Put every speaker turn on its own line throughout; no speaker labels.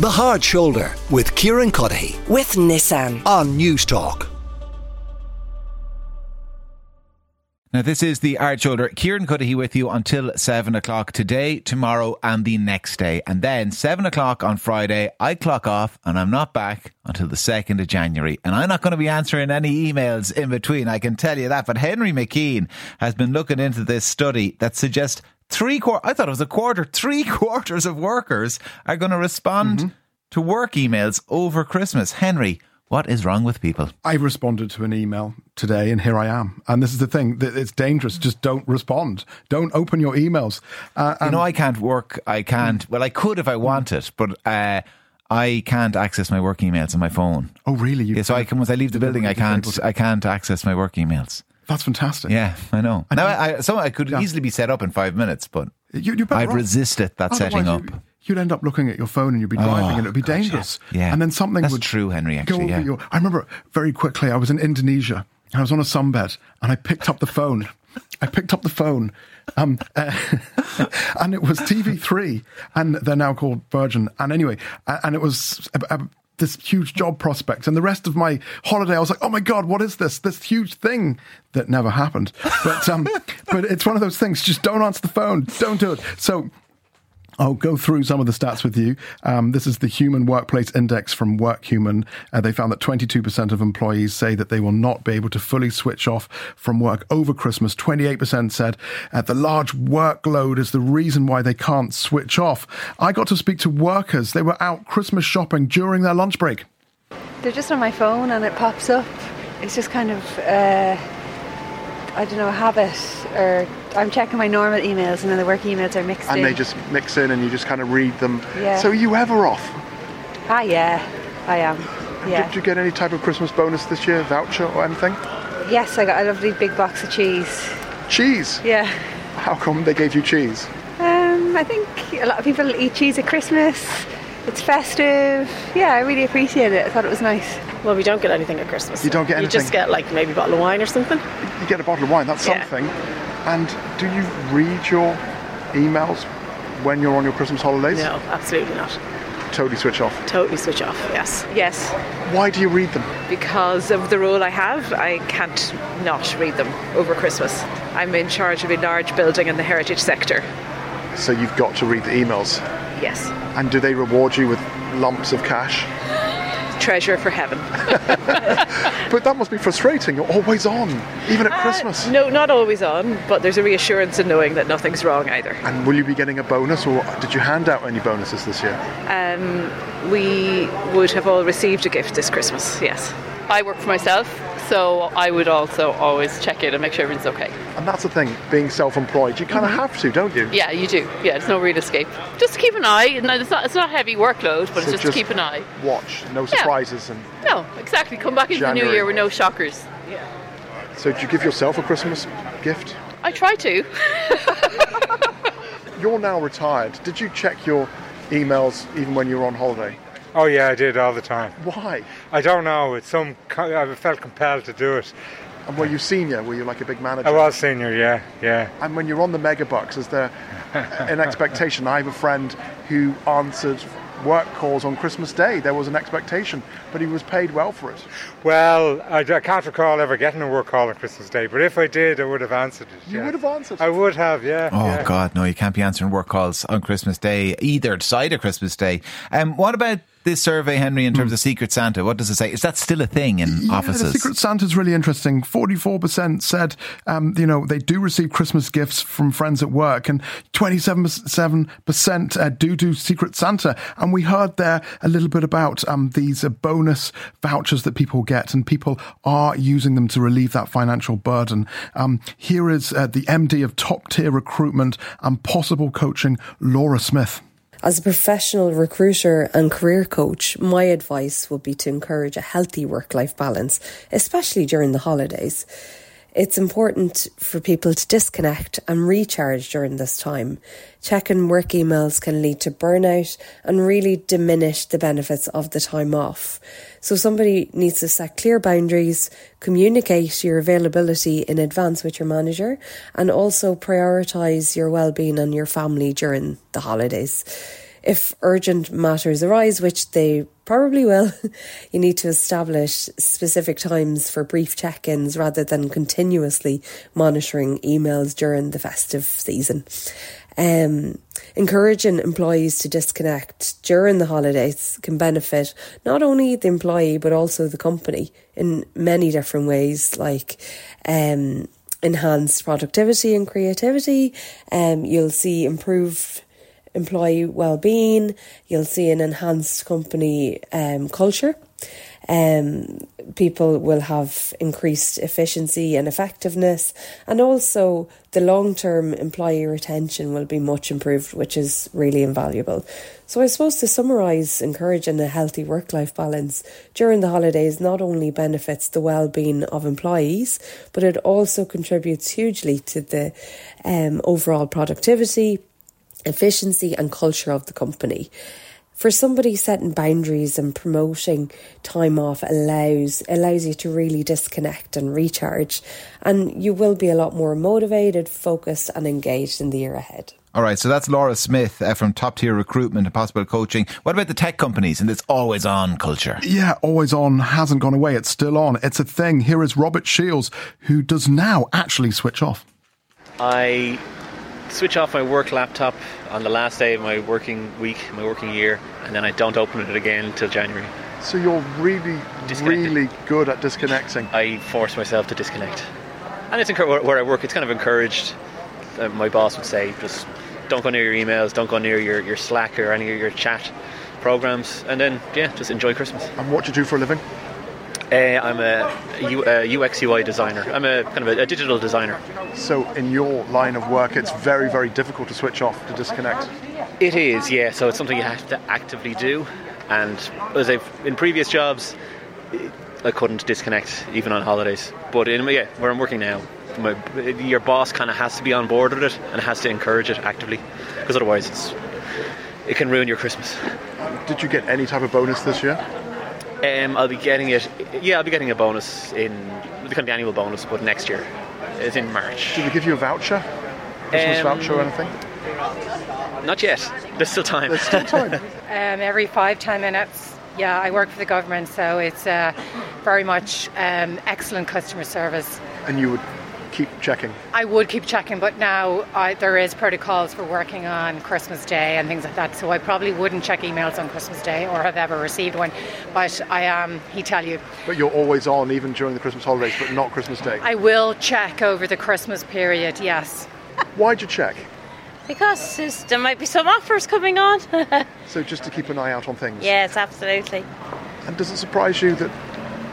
The Hard Shoulder with Kieran Cuddy
with Nissan.
on News Talk.
Now, this is the Art Shoulder. Kieran Cuddihy with you until 7 o'clock today, tomorrow, and the next day. And then 7 o'clock on Friday, I clock off and I'm not back until the 2nd of January. And I'm not going to be answering any emails in between, I can tell you that. But Henry McKean has been looking into this study that suggests three quarter, I thought it was a quarter, three quarters of workers are going to respond to work emails over Christmas. Henry, what is wrong with people?
I responded to an email today, and here I am. And this is the thing that it's dangerous. Just don't respond. Don't open your emails. Uh,
you know, I can't work. I can't. Well, I could
Mm.
if I wanted, but uh, I can't access my work emails on my phone.
oh, really? You,
Yeah, so I can once I leave the building, I can't. I can't access my work emails.
that's fantastic.
Yeah, I know. Now, I, I, so I could easily be set up in five minutes, but
You, you're better
I've
off.
resisted that
Otherwise
setting
you-
up.
You'd end up looking at your phone and you'd be driving and
Oh,
it'd be
God, yeah.
dangerous.
Yeah.
And then something
That's
would
true, Henry,
go
actually,
over
yeah.
your- I remember very quickly I was in Indonesia and I was on a sunbed and I picked up the phone. I picked up the phone um, uh, and it was TV3 and they're now called Virgin. And anyway, a- and it was a- a- this huge job prospect. And the rest of my holiday, I was like, oh my God, what is this? This huge thing that never happened. But, um, but it's one of those things. Just don't answer the phone. Don't do it. So I'll go through some of the stats with you. Um, this is the Human Workplace Index from WorkHuman. Uh, they found that 22% of employees say that they will not be able to fully switch off from work over Christmas. 28% said uh, the large workload is the reason why they can't switch off. I got to speak to workers. They were out Christmas shopping during their lunch break.
They're just on my phone and it pops up. It's just kind of, uh, I don't know, a habit. Or I'm checking my normal emails and then the work emails are mixed in.
mix in and you just kind of read them.
Yeah. So are
you ever off?
Ah, yeah, I am. Yeah.
you get any type of Christmas bonus this year, voucher or anything?
Yes, I got a lovely big box of cheese.
Cheese.
Yeah.
How come they gave you cheese?
Um, I think a lot of people eat cheese at Christmas. It's festive. Yeah, I really appreciate it. I thought it was nice.
Well, we don't get anything at Christmas.
You don't get
You just
anything?
get like maybe a bottle of wine or something.
you get a bottle of wine, that's
Yeah.
something. And do you read your emails when you're on your Christmas holidays?
No, absolutely not.
Totally switch off.
Totally switch off. Yes.
Yes,
Why do you read them?
because of the role I have, I can't not read them over Christmas. I'm in charge of a large building in the heritage sector.
So you've got to read the emails.
Yes,
And do they reward you with lumps of cash?
treasure for heaven.
But that must be frustrating. You're always on, even at Christmas.
Uh, no, not always on, but there's a reassurance in knowing that nothing's wrong either.
And will you be getting a bonus, or did you hand out any bonuses this year?
Um, we would have all received a gift this Christmas. Yes.
I work for myself, so I would also always check in and make sure everything's okay.
And that's the thing, being self-employed, you kind of have to, don't you?
Yeah, you do. Yeah, there's no real escape. Just keep an eye. No, it's not. It's not heavy workload, but
So
it's just, keep an eye.
Watch, no surprises, and
No, exactly. Come back into the
January.
new year with no shockers.
so do you give yourself a Christmas gift?
I try to.
You're now retired. Did you check your emails even when you were on holiday?
Oh yeah, I did all the time.
Why?
I don't know. It's some. co- I felt compelled to do it.
And were you senior? Were you like a big manager?
I was senior. Yeah, yeah.
And when you're on the megabucks, is there an expectation? I have a friend who answered work calls on Christmas Day. There was an expectation, but he was paid well for it.
Well, I, d- I can't recall ever getting a work call on Christmas Day, but if I did, I would have answered it.
You
yeah.
would have answered.
I would have. Yeah.
Oh
yeah.
God, no! You can't be answering work calls on Christmas Day either side of Christmas Day. Um, what about this survey, Henry? In terms of Secret Santa, what does it say? Is that still a thing in
Mm. Yeah,
offices?
the Secret Santa's really interesting. Forty-four percent said, um, you know, they do receive Christmas gifts from friends at work, and twenty-seven percent uh, do do Secret Santa. And we heard there a little bit about um, these uh, bonus vouchers that people get, and people are using them to relieve that financial burden. Um, here is uh, the MD of top-tier recruitment and possible coaching, Laura Smith.
As a professional recruiter and career coach, my advice would be to encourage a healthy work life balance, especially during the holidays. It's important for people to disconnect and recharge during this time. Checking work emails can lead to burnout and really diminish the benefits of the time off. So somebody needs to set clear boundaries, communicate your availability in advance with your manager, and also prioritize your well-being and your family during the holidays. If urgent matters arise, which they probably will, you need to establish specific times for brief check ins rather than continuously monitoring emails during the festive season. Um, encouraging employees to disconnect during the holidays can benefit not only the employee but also the company in many different ways, like um, enhanced productivity and creativity. Um, you'll see improved employee well-being. You'll see an enhanced company um, culture. Um, people will have increased efficiency and effectiveness, and also the long-term employee retention will be much improved, which is really invaluable. So, I suppose to summarise, encouraging a healthy work-life balance during the holidays not only benefits the well-being of employees, but it also contributes hugely to the um, overall productivity, efficiency and culture of the company. For somebody setting boundaries and promoting time off allows allows you to really disconnect and recharge and you will be a lot more motivated, focused and engaged in the year ahead.
All right, so that's Laura Smith uh, from Top Tier Recruitment and Possible Coaching. What about the tech companies and this always on culture?
Yeah, always on hasn't gone away. It's still on. It's a thing. Here is Robert Shields, who does now actually switch off.
I switch off my work laptop on the last day of my working week, my working year, and then I don't open it again until January.
So you're really,
Disconnected.
really good at disconnecting.
I force myself to disconnect. And it's encour- where- where I work, it's kind of encouraged. Uh, my boss would say, just don't go near your emails, don't go near your, your Slack or any of your chat programs, and then, yeah, just enjoy Christmas.
And what do you do for a living?
Uh, I'm a, U- a UX UI designer. I'm a kind of a, a digital designer.
So in your line of work, it's very, very difficult to switch off, to disconnect.
It is, yeah. So it's something you have to actively do. And as I've in previous jobs, I couldn't disconnect even on holidays. But in yeah, where I'm working now, my, your boss kind of has to be on board with it and has to encourage it actively, because otherwise it's it can ruin your Christmas.
Did you get any type of bonus this year?
Um, I'll be getting it. Yeah, I'll be getting a bonus in the kind of the annual bonus, but next year, it's in March.
Did they give you a voucher? Christmas
Um,
voucher or anything?
Not yet. There's still time.
There's still time.
um, every five ten minutes. Yeah, I work for the government, so it's uh, very much um, excellent customer service.
and you would keep checking.
I would keep checking, but now I, there is protocols for working on Christmas Day and things like that. So I probably wouldn't check emails on Christmas Day or have ever received one. But I am, he tell you,
But you're always on, even during the Christmas holidays, but not Christmas Day.
I will check over the Christmas period. Yes.
Why'd you check?
Because there's- there might be some offers coming on.
So just to keep an eye out on things.
yes, absolutely.
And does it surprise you that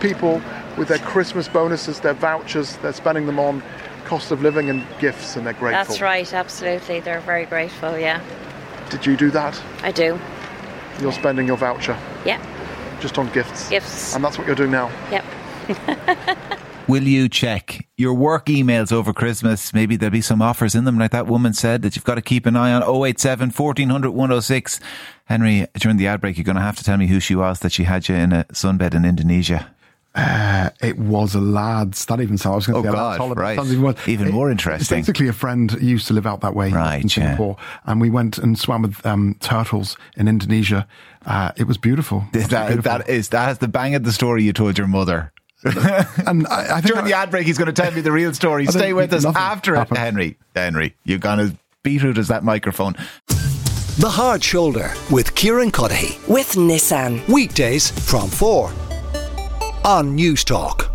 people with their Christmas bonuses, their vouchers, they're spending them on cost of living and gifts, and they're grateful?
That's right, absolutely. They're very grateful, yeah.
Did you do that?
I do.
You're spending your voucher
Yeah,
just on gifts.
Gifts.
And that's what you're doing now.
yep.
Will you check your work emails over Christmas? Maybe there'll be some offers in them, like that woman said, that you've got to keep an eye on 087 1400 106. Henry, during the ad break, you're going to have to tell me who she was that she had you in a sunbed in Indonesia.
Uh, It was a lad's. That even sounds. I was going
Oh,
to say a
God,
lad's holiday.
right.
Sounds even, worse.
Even more
It-
interesting.
It's basically a friend used to live out that way
Right,
in
yeah.
Singapore, and we went and swam with um, turtles in Indonesia. Uh, it was beautiful. It was
That,
beautiful.
that is that has the bang of the story you told your mother.
and I, I think
During the ad break, he's going to tell me the real story.
I
Stay
think
with us
nothing
after it,
happens.
Henry. Henry, you're going to beetroot as that microphone.
The Hard Shoulder with Kieran Cuddihy.
With Nissan.
Weekdays from 4 on News Talk.